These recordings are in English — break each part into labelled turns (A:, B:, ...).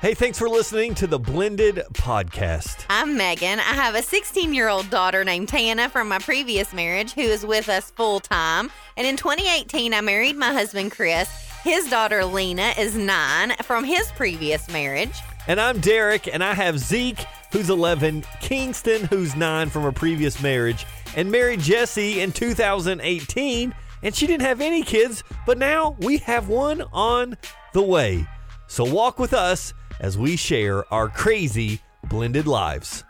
A: Hey, thanks for listening to the Blended Podcast.
B: I'm Megan. I have a 16 year old daughter named Tana from my previous marriage who is with us full time. And in 2018, I married my husband, Chris. His daughter, Lena, is nine from his previous marriage.
A: And I'm Derek, and I have Zeke, who's 11, Kingston, who's 9 from a previous marriage, and married Jesse in 2018. And she didn't have any kids, but now we have one on the way. So walk with us as we share our crazy blended lives.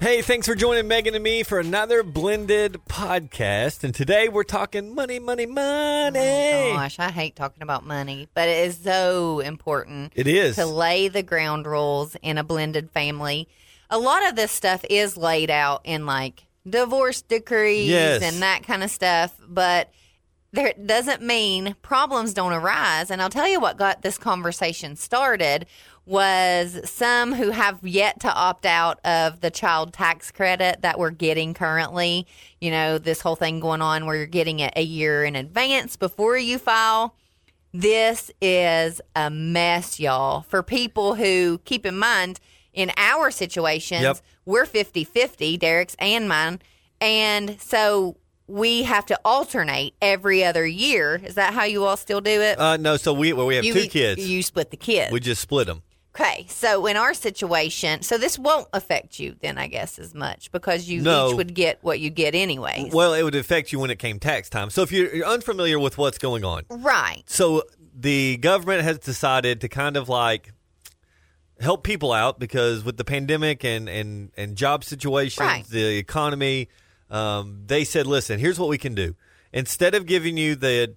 A: Hey, thanks for joining Megan and me for another blended podcast. And today we're talking money, money, money.
B: Oh, gosh, I hate talking about money, but it is so important
A: It is.
B: to lay the ground rules in a blended family. A lot of this stuff is laid out in like divorce decrees
A: Yes.
B: and that kind of stuff, but there doesn't mean problems don't arise. And I'll tell you what got this conversation started was some who have yet to opt out of the child tax credit that we're getting currently. You know, this whole thing going on where you're getting it a year in advance before you file. This is a mess, y'all. For people who keep in mind, in our situations,
A: Yep.
B: we're 50 50, Derek's and mine. And so we have to alternate every other year. Is that how you all still do it?
A: Uh, no, so we well, we have
B: you
A: two
B: each-
A: kids.
B: You split the kids.
A: we just split them.
B: okay. So in our situation, so this won't affect you then, I guess, as much because you
A: No.
B: each would get what you get anyways.
A: Well, it would affect you when it came tax time. So if you're, you're unfamiliar with what's going on,
B: Right.
A: so the government has decided to kind of like help people out because with the pandemic and and and job situations,
B: Right.
A: the economy, um, they said, listen, here's what we can do. Instead of giving you the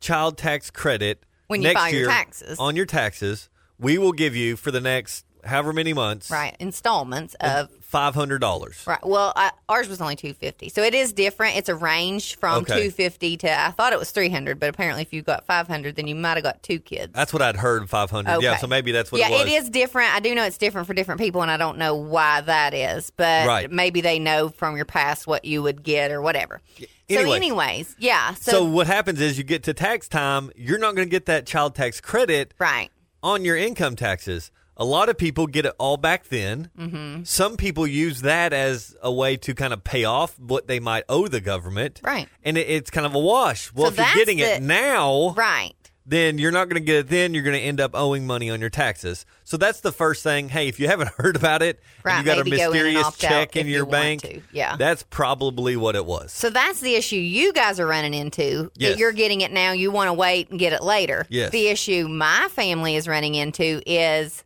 A: child tax credit
B: When you
A: next
B: file your
A: year
B: taxes.
A: on your taxes, we will give you for the next however many months,
B: Right. Installments of
A: Five hundred dollars.
B: Right. Well, I, ours was only 250. So it is different. It's a range from
A: Okay.
B: 250 to I thought it was 300, but apparently if you got 500, then you might have got two kids.
A: That's what I'd heard. Five hundred. Yeah,
B: Okay.
A: so maybe that's what
B: yeah,
A: it was.
B: it is different. I do know it's different for different people and I don't know why that is, but
A: Right.
B: maybe they know from your past what you would get or whatever. So
A: Anyway.
B: anyways, yeah. So,
A: So, what happens is you get to tax time, you're not going to get that child tax credit
B: right.
A: on your income taxes. A lot of people get it all back then. Mm-hmm. Some people use that as a way to kind of pay off what they might owe the government.
B: Right.
A: And it, it's kind of a wash. Well,
B: So
A: if you're
B: that's
A: getting it
B: the-
A: now,
B: Right.
A: then you're not going to get it then. You're going to end up owing money on your taxes. So that's the first thing. Hey, if you haven't heard about it, and
B: Right,
A: you got a
B: maybe go in and
A: mysterious
B: opt out
A: check in
B: if you
A: your
B: want
A: bank.
B: to. Yeah.
A: That's probably what it was.
B: So that's the issue you guys are running into.
A: Yes.
B: That you're getting it now, you want to wait and get it later.
A: Yes.
B: The issue my family is running into is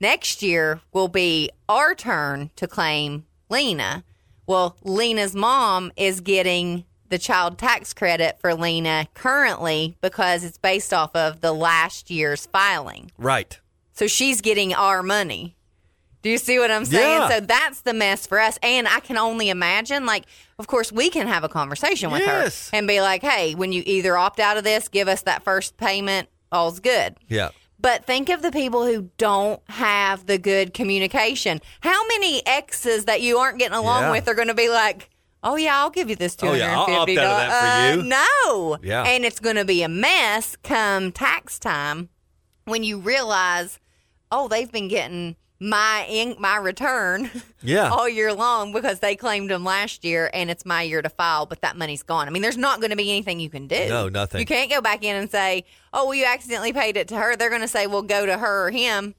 B: next year will be our turn to claim Lena. Well, Lena's mom is getting the child tax credit for Lena currently because it's based off of the last year's filing.
A: right.
B: So she's getting our money. Do you see what I'm saying?
A: Yeah.
B: So that's the mess for us. And I can only imagine, like, of course, we can have a conversation with
A: Yes.
B: her and be like, hey, when you either opt out of this, give us that first payment, all's good.
A: Yeah.
B: But think of the people who don't have the good communication. How many exes that you aren't getting along
A: Yeah.
B: with are going to be like, "Oh yeah, I'll give you this
A: Oh,
B: two hundred
A: yeah, I'll
B: and
A: opt out of
B: fifty Uh,
A: that for you.
B: no,
A: Yeah.
B: and it's going to be a mess come tax time when you realize, oh, they've been getting my in- my return
A: Yeah.
B: all year long because they claimed them last year and it's my year to file, but that money's gone. I mean, there's not going to be anything you can do.
A: No, nothing.
B: You can't go back in and say, oh, well, you accidentally paid it to her. They're going to say, well, go to her or him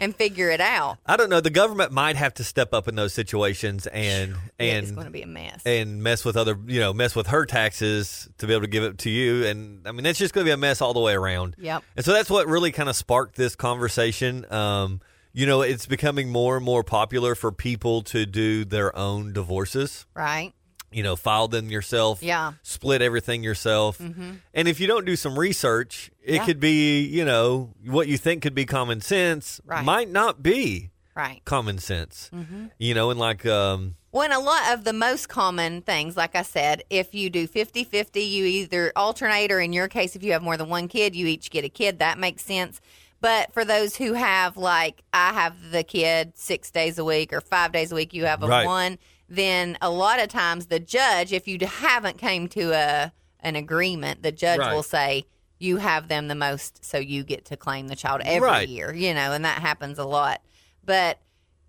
B: and figure it out.
A: I don't know. The government might have to step up in those situations and
B: Yeah, it's going to
A: and
B: be a mess.
A: and mess with other you know mess with her taxes to be able to give it to you. And I mean that's just going to be a mess all the way around.
B: Yep.
A: And so that's what really kind of sparked this conversation. Um, you know, it's becoming more and more popular for people to do their own divorces.
B: right?
A: You know, file them yourself.
B: Yeah. Mm-hmm.
A: Split everything yourself. And if you don't do some research, it
B: Yeah.
A: could be you know what you think could be common sense
B: Right. Mm-hmm.
A: might not be
B: Right.
A: common sense. You know, and like um,
B: Well, and a lot of the most common things, like I said, if you do 50 50, you either alternate, or in your case, if you have more than one kid, you each get a kid. That makes sense. But for those who have, like, I have the kid six days a week or five days a week, you have a
A: Right.
B: one, then a lot of times the judge, if you haven't came to a an agreement, the judge
A: Right.
B: will say, you have them the most, so you get to claim the child every
A: Right.
B: year, you know, and that happens a lot. But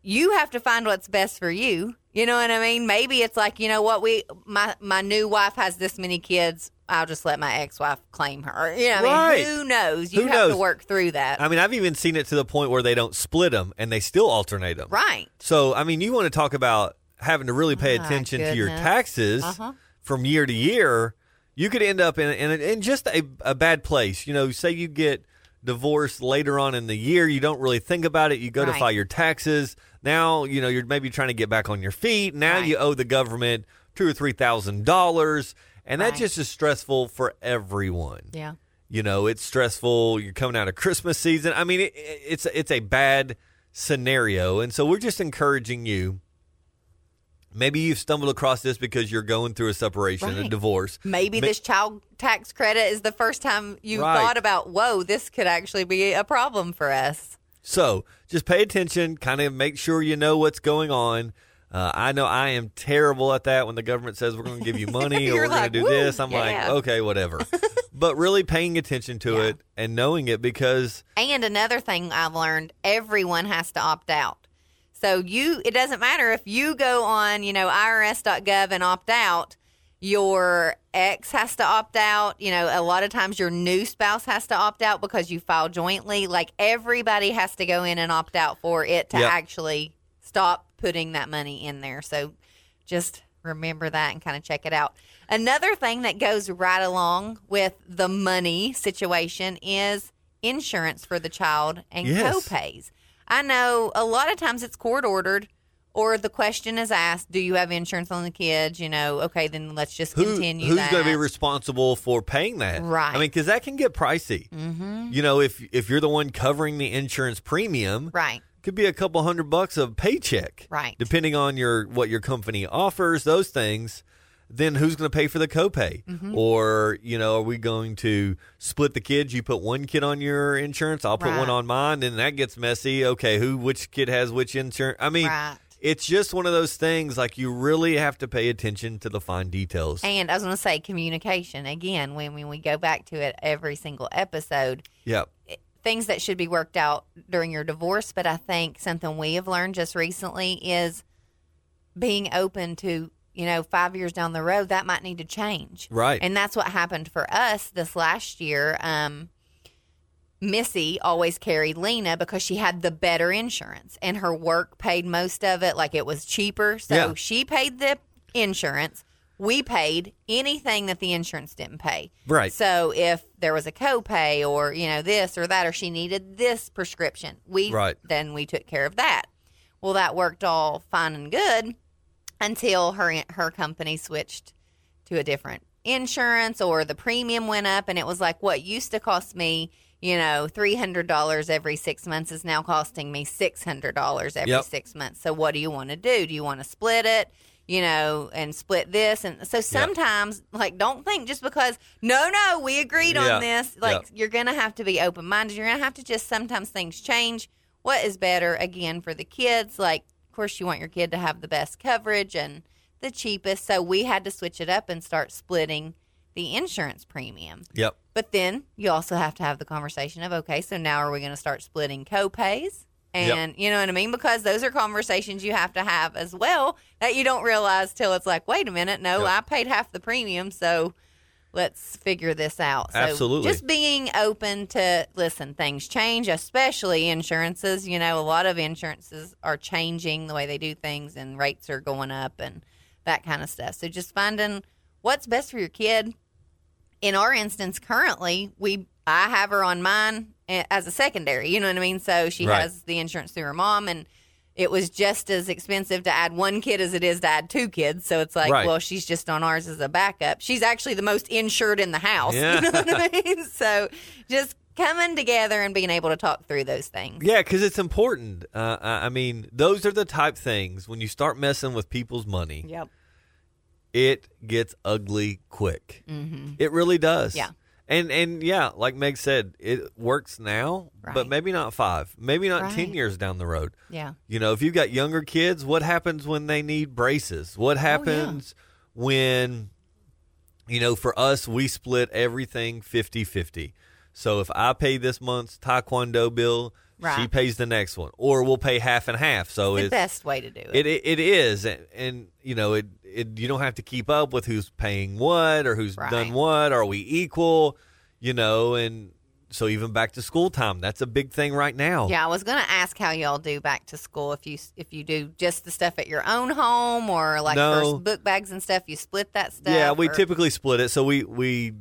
B: you have to find what's best for you. You know what I mean? Maybe it's like, you know what, we my my new wife has this many kids. I'll just let my ex wife claim her. You know, what I
A: Right.
B: mean, who knows? You
A: Who
B: have
A: knows? Uh,
B: to work through that.
A: I mean, I've even seen it to the point where they don't split them and they still alternate them.
B: right.
A: So, I mean, you want to talk about having to really pay
B: Oh, my
A: attention to your
B: goodness.
A: taxes
B: Uh-huh.
A: from year to year. You could end up in in, in just a, a bad place. You know, say you get divorced later on in the year, you don't really think about it. You go to
B: Right.
A: file your taxes. Now, you know, you're maybe trying to get back on your feet. Now
B: Right.
A: you owe the government two or three thousand dollars, and that
B: Right.
A: just is stressful for everyone
B: Yeah.
A: you know it's stressful you're coming out of christmas season i mean it, it's it's a bad scenario and so we're just encouraging you maybe you've stumbled across this because you're going through a separation a
B: Right.
A: divorce
B: Maybe
A: Ma-
B: this child tax credit is the first time you
A: Right.
B: thought about, whoa, this could actually be a problem for us.
A: so just pay attention kind of make sure you know what's going on uh, I know I am terrible at that when the government says we're going to give you money or
B: You're
A: we're
B: like,
A: going to do
B: "Woo,
A: this. I'm
B: yeah."
A: like, okay, whatever. but really paying attention to
B: Yeah.
A: it and knowing it because
B: And another thing I've learned everyone has to opt out. So you it doesn't matter if you go on, you know, irs.gov and opt out, your ex has to opt out, you know, a lot of times your new spouse has to opt out because you file jointly. Like everybody has to go in and opt out for it to
A: Yep.
B: actually stop putting that money in there. So just remember that and kind of check it out. Another thing that goes right along with the money situation is insurance for the child and
A: Yes.
B: copays. I know a lot of times it's court ordered or the question is asked, do you have insurance on the kids? You know, okay, then let's just
A: who,
B: continue
A: who's
B: that.
A: going to be responsible for paying that?
B: Right.
A: I mean, because that can get pricey.
B: mm-hmm.
A: You know, if if you're the one covering the insurance premium,
B: Right,
A: could be a couple hundred bucks of paycheck,
B: right.
A: depending on your what your company offers, those things. Then who's going to pay for the copay?
B: Mm-hmm.
A: Or you know, are we going to split the kids? You put one kid on your insurance, I'll put one
B: Right.
A: on mine, and that gets messy. Okay, who which kid has which insurance? I mean,
B: Right.
A: it's just one of those things. Like you really have to pay attention to the fine details.
B: And I was going to say communication again when, when we go back to it every single episode.
A: Yep.
B: things that should be worked out during your divorce, but I think something we have learned just recently is being open to, you know, five years down the road, that might need to change.
A: Right.
B: And that's what happened for us this last year. Um, Missy always carried Lena because she had the better insurance and her work paid most of it. Like it was cheaper. So
A: Yeah.
B: she paid the insurance. We paid anything that the insurance didn't pay.
A: right.
B: So if there was a copay or you know this or that or she needed this prescription, we
A: Right.
B: then we took care of that. Well, that worked all fine and good until her her company switched to a different insurance or the premium went up and it was like what used to cost me you know $300 every six months is now costing me $600 every
A: Yep.
B: six months so what do you want to do do you want to split it you know and split this and so sometimes like don't think just because no no we agreed
A: Yeah.
B: on this like you're gonna have to be open-minded you're gonna have to just sometimes things change what is better again for the kids like of course you want your kid to have the best coverage and the cheapest. So we had to switch it up and start splitting the insurance premium.
A: Yep.
B: But then you also have to have the conversation of, okay, so now are we going to start splitting copays?
A: Yep.
B: And you know what I mean? Because those are conversations you have to have as well that you don't realize till it's like, wait a minute, no,
A: Yep.
B: I paid half the premium, so let's figure this out. So
A: Absolutely.
B: Just being open to listen, things change, especially insurances. You know, a lot of insurances are changing the way they do things and rates are going up and that kind of stuff. So just finding what's best for your kid in our instance currently we i have her on mine a- as a secondary you know what i mean so she
A: Right.
B: has the insurance through her mom and it was just as expensive to add one kid as it is to add two kids so it's like
A: Right.
B: well she's just on ours as a backup she's actually the most insured in the house
A: Yeah.
B: you know what i mean so just coming together and being able to talk through those things
A: Yeah, because it's important. Uh, I I mean, those are the type things when you start messing with people's money,
B: yep
A: it gets ugly quick.
B: mm-hmm.
A: It really does.
B: Yeah.
A: And and yeah, like Meg said, it works now, but
B: Right.
A: maybe not five, maybe not ten
B: Right.
A: years down the road.
B: yeah
A: You know, if you've got younger
B: Oh,
A: kids, what happens when they need braces? What happens when you know, for us, we split everything 50 50. So if I pay this month's taekwondo bill, she
B: Right.
A: pays the next one, or we'll pay half and half. So
B: The
A: it's,
B: best way to do it.
A: it, it it is, and, and you know, it, it you don't have to keep up with who's paying what or who's
B: Right.
A: done what. Are we equal? You know, and so even back to school time, that's a big thing right now.
B: Yeah, I was going to ask how y'all do back to school. If you if you do just the stuff at your own home or like
A: No.
B: first book bags and stuff, you split that stuff.
A: Yeah, we
B: or-
A: typically split it, so we we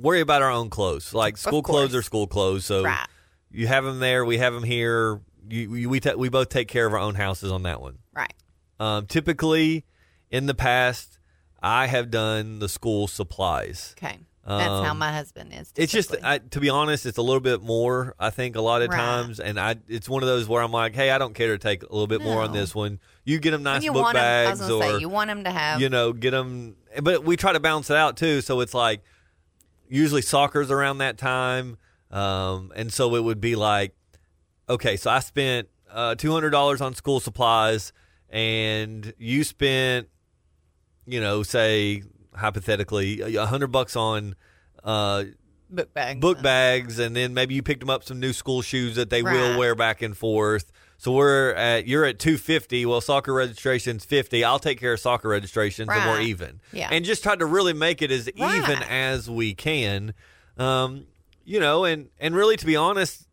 A: worry about our own clothes. Like school clothes
B: course.
A: are school clothes, so
B: Right.
A: you have them there, we have them here. You, you, we ta we both take care of our own houses on that one.
B: right.
A: Um, typically, in the past, I have done the school supplies.
B: Okay, that's how
A: Um,
B: my husband is.
A: It's just,
B: typically.
A: I, to be honest, it's a little bit more. I think a lot of
B: Right.
A: times, and I, it's one of those where I'm like, hey, I don't care to take a little bit more on
B: No.
A: this one. You get them nice
B: And you
A: book
B: want 'em-
A: bags,
B: I was gonna
A: or
B: say you want them to have
A: you know, get them. But we try to balance it out too. So it's like usually soccer's around that time, um, and so it would be like, okay, so I spent uh, two hundred dollars on school supplies, and you spent, you know, say hypothetically, a hundred bucks on. Uh,
B: book bags.
A: book bags, and then maybe you picked them up some new school shoes that they will
B: Right.
A: wear back and forth. So we're at you're at two fifty. Well, soccer registration's fifty. I'll take care of soccer registrations, and we're
B: Right.
A: even.
B: Yeah.
A: and just try to really make it as even
B: Right.
A: as we can. Um, you know, and and really to be honest,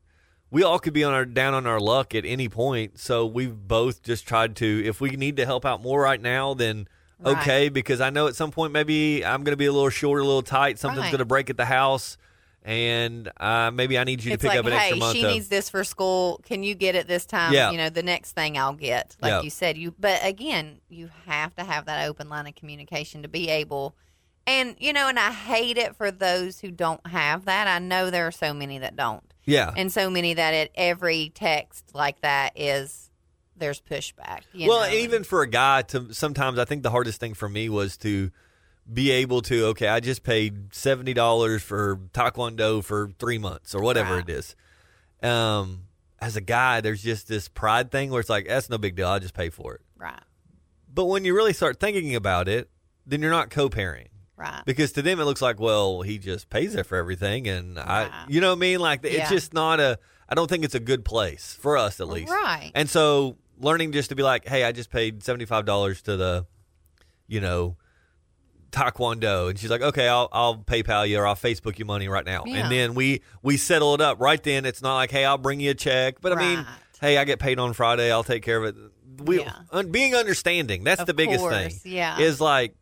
A: we all could be on our down on our luck at any point. So we've both just tried to. If we need to help out more right now, then.
B: Right.
A: Okay, because I know at some point maybe I'm going to be a little short, a little tight. Something's
B: Right.
A: going to break at the house, and uh, maybe I need you
B: It's
A: to pick
B: like,
A: up an
B: hey,
A: extra month.
B: she
A: of-
B: needs this for school. Can you get it this time?
A: Yeah.
B: You know, the next thing I'll get, like
A: Yeah.
B: you said. You, but again, you have to have that open line of communication to be able. And you know, and I hate it for those who don't have that. I know there are so many that don't,
A: yeah.
B: and so many that at every text like that is there's pushback. You
A: Well,
B: know?
A: and even for a guy, to sometimes I think the hardest thing for me was to be able to okay, I just paid seventy dollars for taekwondo for three months or whatever
B: Right.
A: it is. Um, as a guy, there's just this pride thing where it's like that's no big deal. I just pay for it.
B: right,
A: But when you really start thinking about it, then you're not co-parenting.
B: right,
A: because to them it looks like well he just pays there for everything and i
B: Right.
A: you know what i mean like it's
B: Yeah.
A: just not a i don't think it's a good place for us at least
B: right.
A: and so learning just to be like hey i just paid $75 to the you know taekwondo and she's like okay i'll, I'll paypal you or i'll facebook you money right now
B: Yeah.
A: and then we we settle it up right then it's not like hey i'll bring you a check but i mean
B: Right.
A: hey i get paid on friday i'll take care of it we,
B: Yeah.
A: un- being understanding that's
B: Of
A: the biggest thing
B: course, yeah.
A: is like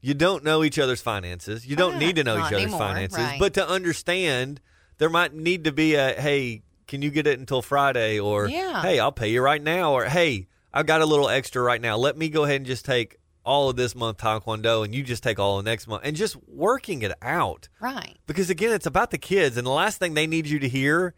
A: you don't know each other's finances. You don't
B: Ah,
A: need to know each
B: not
A: other's
B: anymore,
A: finances,
B: right.
A: but to understand, there might need to be a hey, can you get it until Friday? Or
B: Yeah.
A: hey, I'll pay you right now. Or hey, I've got a little extra right now. Let me go ahead and just take all of this month taekwondo, and you just take all of next month, and just working it out
B: right.
A: because again, it's about the kids, and the last thing they need you to hear,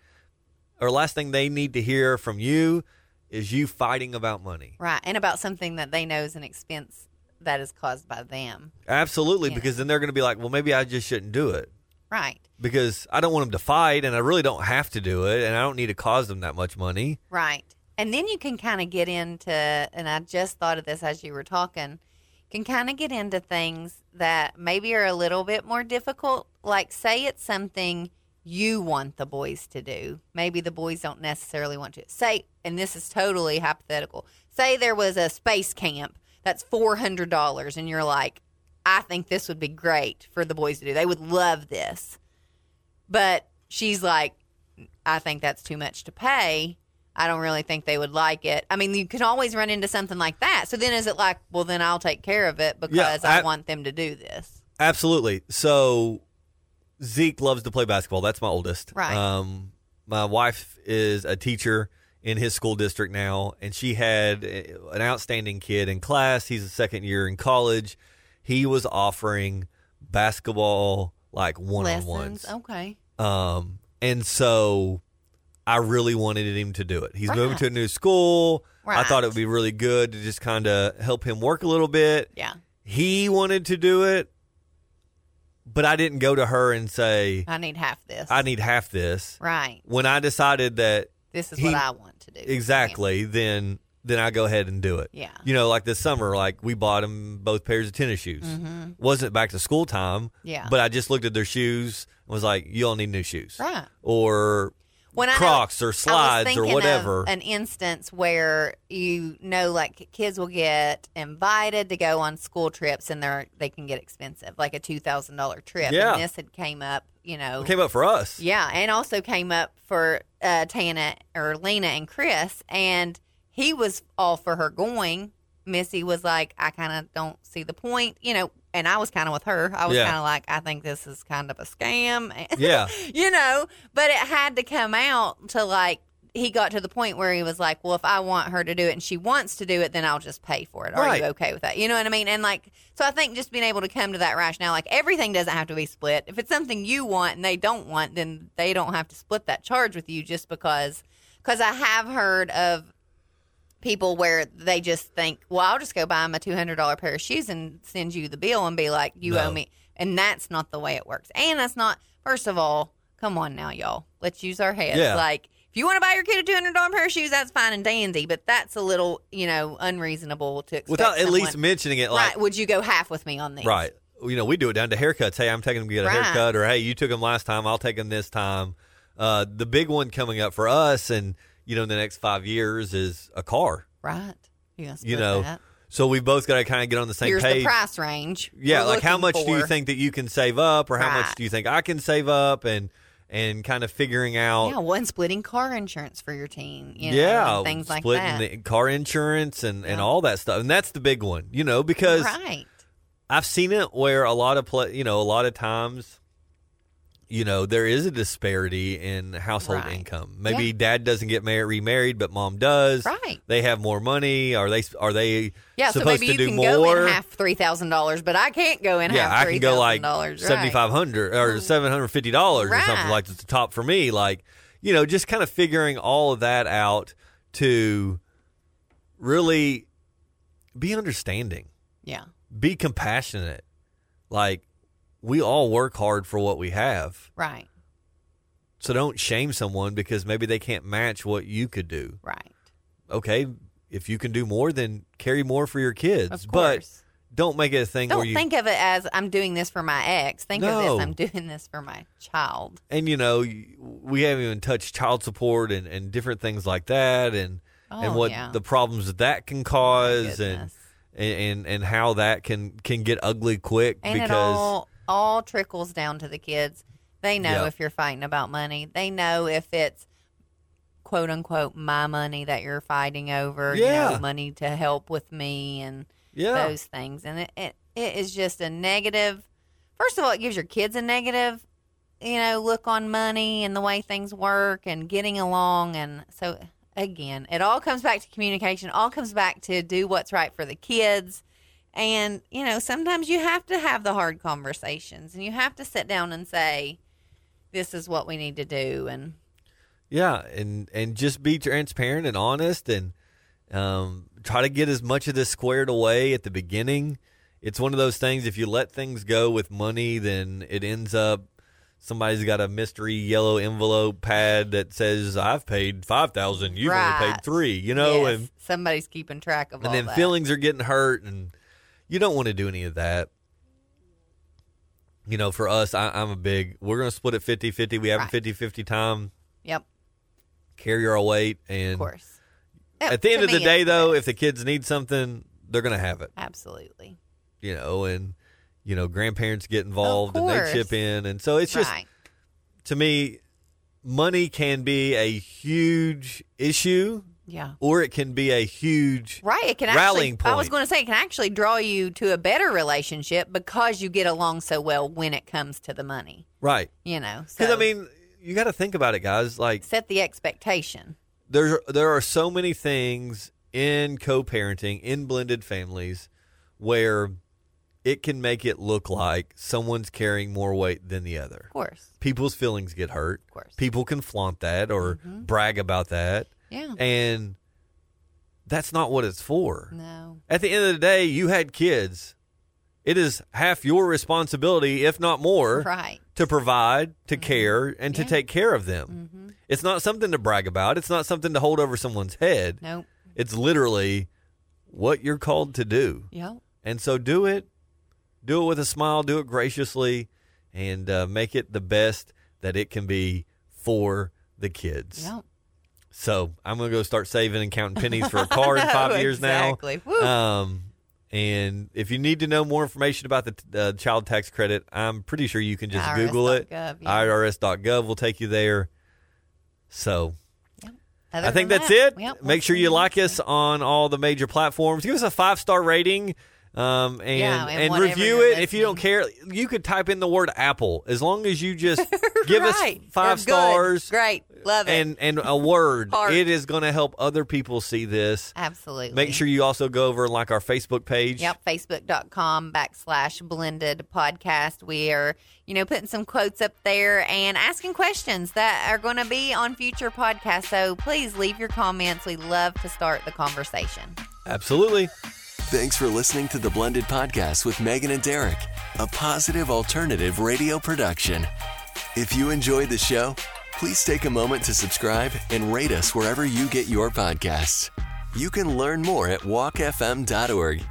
A: or last thing they need to hear from you, is you fighting about money.
B: Right, and about something that they know is an expense that is caused by them.
A: Absolutely,
B: Yeah.
A: because then they're going to be like, well, maybe I just shouldn't do it
B: Right,
A: because I don't want them to fight and I really don't have to do it and I don't need to cause them that much money.
B: right. And then you can kind of get into, and I just thought of this as you were talking, can kind of get into things that maybe are a little bit more difficult. Like, say it's something you want the boys to do. Maybe the boys don't necessarily want to. Say, and this is totally hypothetical, say there was a space camp that's $400, and you're like, I think this would be great for the boys to do. They would love this. But she's like, I think that's too much to pay. I don't really think they would like it. I mean, you can always run into something like that. So then is it like, well, then I'll take care of it because I,
A: I-
B: want them to do this?
A: Absolutely. So Zeke loves to play basketball. That's my oldest.
B: Right.
A: Um, my wife is a teacher in his school district now, and she had uh, an outstanding kid in class. He's a second year in college. He was offering basketball like one on ones.
B: Lessons. Okay.
A: Um, and so I really wanted him to do it. He's moving
B: Right.
A: to a new school. I
B: Right.
A: thought it would be really good to just kind of help him work a little bit.
B: Yeah.
A: He wanted to do it, but I didn't go to her and say,
B: I need half this.
A: I need half this.
B: Right.
A: When I decided that
B: This is
A: He-
B: what I want to do.
A: exactly, then then I go ahead and do it.
B: Yeah.
A: You know, like this summer, like we bought them both pairs of tennis shoes. Wasn't back to school time.
B: Mm-hmm. Yeah.
A: But I just looked at their shoes and was like, you all need new shoes.
B: Right.
A: Or
B: when I know-
A: Crocs or
B: I was
A: slides or
B: thinking of
A: whatever.
B: an instance where you know, like kids will get invited to go on school trips, and they're they can get expensive, like a two thousand dollar trip.
A: Yeah.
B: and this had came up, you know,
A: it came up for us.
B: yeah, and also came up for uh, Tana or Lena and Chris, and he was all for her going. Missy was like, I kind of don't see the point, you know, and I was kind of with her. I was
A: Yeah.
B: kind of like, I think this is kind of a scam.
A: Yeah.
B: you know but it had to come out to like he got to the point where he was like well if i want her to do it and she wants to do it then i'll just pay for it are
A: Right.
B: you okay with that you know what i mean and like so i think just being able to come to that rationale like everything doesn't have to be split if it's something you want and they don't want then they don't have to split that charge with you just because because i have heard of people where they just think, well, I'll just go buy them a two hundred dollar pair of shoes and send you the bill and be like, you
A: No.
B: owe me. And that's not the way it works. And that's not. First of all, come on now, y'all. Let's use our heads.
A: Yeah.
B: Like, if you want to buy your kid a two hundred dollar pair of shoes, that's fine and dandy. But that's a little, you know, unreasonable to expect.
A: Without at least
B: someone-
A: mentioning it, like,
B: right? Would you go half with me on these?
A: Right. You know, we do it down to haircuts. Hey, I'm taking them to get a
B: Right.
A: haircut, or hey, you took them last time. I'll take them this time. Uh, the big one coming up for us, and you know, in the next five years is a car.
B: Right. You, gonna
A: You
B: split
A: know,
B: that.
A: so we both got to kind of get on the same
B: here's
A: page.
B: the price range.
A: yeah,
B: we're
A: like how
B: looking
A: much do you
B: for.
A: think that you can save up, or how much
B: Right.
A: do you think I can save up, and and kind of figuring out.
B: Yeah, one splitting car insurance for your teen. You know,
A: yeah,
B: and things like
A: splitting
B: that.
A: the car insurance and, and
B: Yeah.
A: all that stuff, and that's the big one, you know, because
B: right.
A: I've seen it where a lot of pla you know, a lot of times, you know, there is a disparity in household
B: Right.
A: income. Maybe dad doesn't get married, remarried, but mom does.
B: Right.
A: They have more money. Are they? Are they?
B: Yeah, so
A: supposed
B: maybe
A: to
B: you
A: do
B: can
A: more.
B: go in half three thousand dollars, but I can't go in
A: yeah,
B: half
A: I
B: three
A: can go
B: thousand
A: like
B: dollars. Mm.
A: seventy five hundred or seven hundred fifty dollars or something
B: Right.
A: like that's the top for me. Like, you know, just kind of figuring all of that out to really be understanding.
B: Yeah,
A: be compassionate. Like we all work hard for what we have.
B: right,
A: So don't shame someone because maybe they can't match what you could do.
B: right.
A: Okay, if you can do more then carry more for your kids,
B: Of
A: but
B: course.
A: don't make it a thing
B: Don't
A: where you
B: think of it as I'm doing this for my ex. Think
A: No.
B: of this I'm doing this for my child.
A: and you know, you- we haven't even touched child support and and different things like that and and
B: Oh,
A: what
B: yeah. Oh,
A: the problems that, that can cause and, and and and how that can can get ugly quick
B: And
A: because
B: it all all trickles down to the kids. They know
A: Yeah.
B: if you're fighting about money. They know if it's quote unquote my money that you're fighting over. You
A: Yeah.
B: know, money to help with me and
A: yeah.
B: those things. And it, it, it is just a negative. First of all, it gives your kids a negative, you know, look on money and the way things work and getting along. And so, again, it all comes back to communication, all comes back to do what's right for the kids. And, you know, sometimes you have to have the hard conversations and you have to sit down and say, this is what we need to do. And,
A: Yeah, and and just be transparent and honest, and um, try to get as much of this squared away at the beginning. It's one of those things. If you let things go with money, then it ends up somebody's got a mystery yellow envelope pad that says I've paid five thousand, you've only
B: Right.
A: paid three. You know,
B: yes,
A: and
B: somebody's keeping track of all
A: and then
B: that.
A: feelings are getting hurt, and you don't want to do any of that. You know, for us, I, I'm a big. We're gonna split it 50-50. We have a
B: Right.
A: 50-50 time.
B: yep,
A: Carry our weight, and
B: of course.
A: at the end
B: To
A: of the
B: me,
A: day
B: it's
A: though
B: best.
A: if the kids need something they're gonna have it
B: Absolutely.
A: you know and you know grandparents get involved and they
B: course.
A: chip in and so it's just
B: right.
A: to me money can be a huge issue
B: Yeah.
A: or it can be a huge
B: Right. It can
A: rallying
B: actually, I was
A: point.
B: going to say, it can actually draw you to a better relationship because you get along so well when it comes to the money,
A: right
B: you know?
A: because
B: So
A: i mean you got to think about it guys like
B: set the expectation.
A: there's there are so many things in co-parenting in blended families where it can make it look like someone's carrying more weight than the other
B: Of course.
A: people's feelings get hurt.
B: Of course.
A: People can flaunt that or
B: Mm-hmm.
A: brag about that.
B: Yeah.
A: And that's not what it's for.
B: No.
A: At the end of the day, you had kids. It is half your responsibility, if not more,
B: Right. Mm-hmm.
A: to provide, to care, and to
B: Yeah. Mm-hmm.
A: take care of them. It's not something to brag about. It's not something to hold over someone's head.
B: Nope.
A: It's literally what you're called to do.
B: Yeah.
A: And so do it. Do it with a smile, do it graciously, and uh, make it the best that it can be for the kids.
B: Yeah.
A: So I'm going to go start saving and counting pennies for a car in five
B: know,
A: years
B: exactly. Woo.
A: now. Um, and if you need to know more information about the t- uh, child tax credit, I'm pretty sure you can just Google it.
B: IRS.gov, yeah.
A: IRS.gov will take you there. So
B: Other
A: I think
B: than
A: that's
B: that,
A: it.
B: yep, we'll
A: Make sure
B: see
A: you like us on all the major platforms. Give us a five star rating. Um, and
B: Yeah, and
A: and,
B: whatever
A: review it
B: you're
A: if you don't care. You could type in the word Apple as long as you just give
B: Right.
A: us five
B: We're good.
A: stars
B: Great. Love it.
A: and and a word.
B: Heart.
A: It is going to help other people see this.
B: Absolutely.
A: Make sure you also go over and like our Facebook page.
B: Yep, facebook.com backslash blended podcast. We are, you know, putting some quotes up there and asking questions that are going to be on future podcasts. So please leave your comments. We love to start the conversation.
A: Absolutely.
C: Thanks for listening to the Blended Podcast with Megan and Derek, a positive alternative radio production. If you enjoyed the show, please take a moment to subscribe and rate us wherever you get your podcasts. You can learn more at walkfm.org.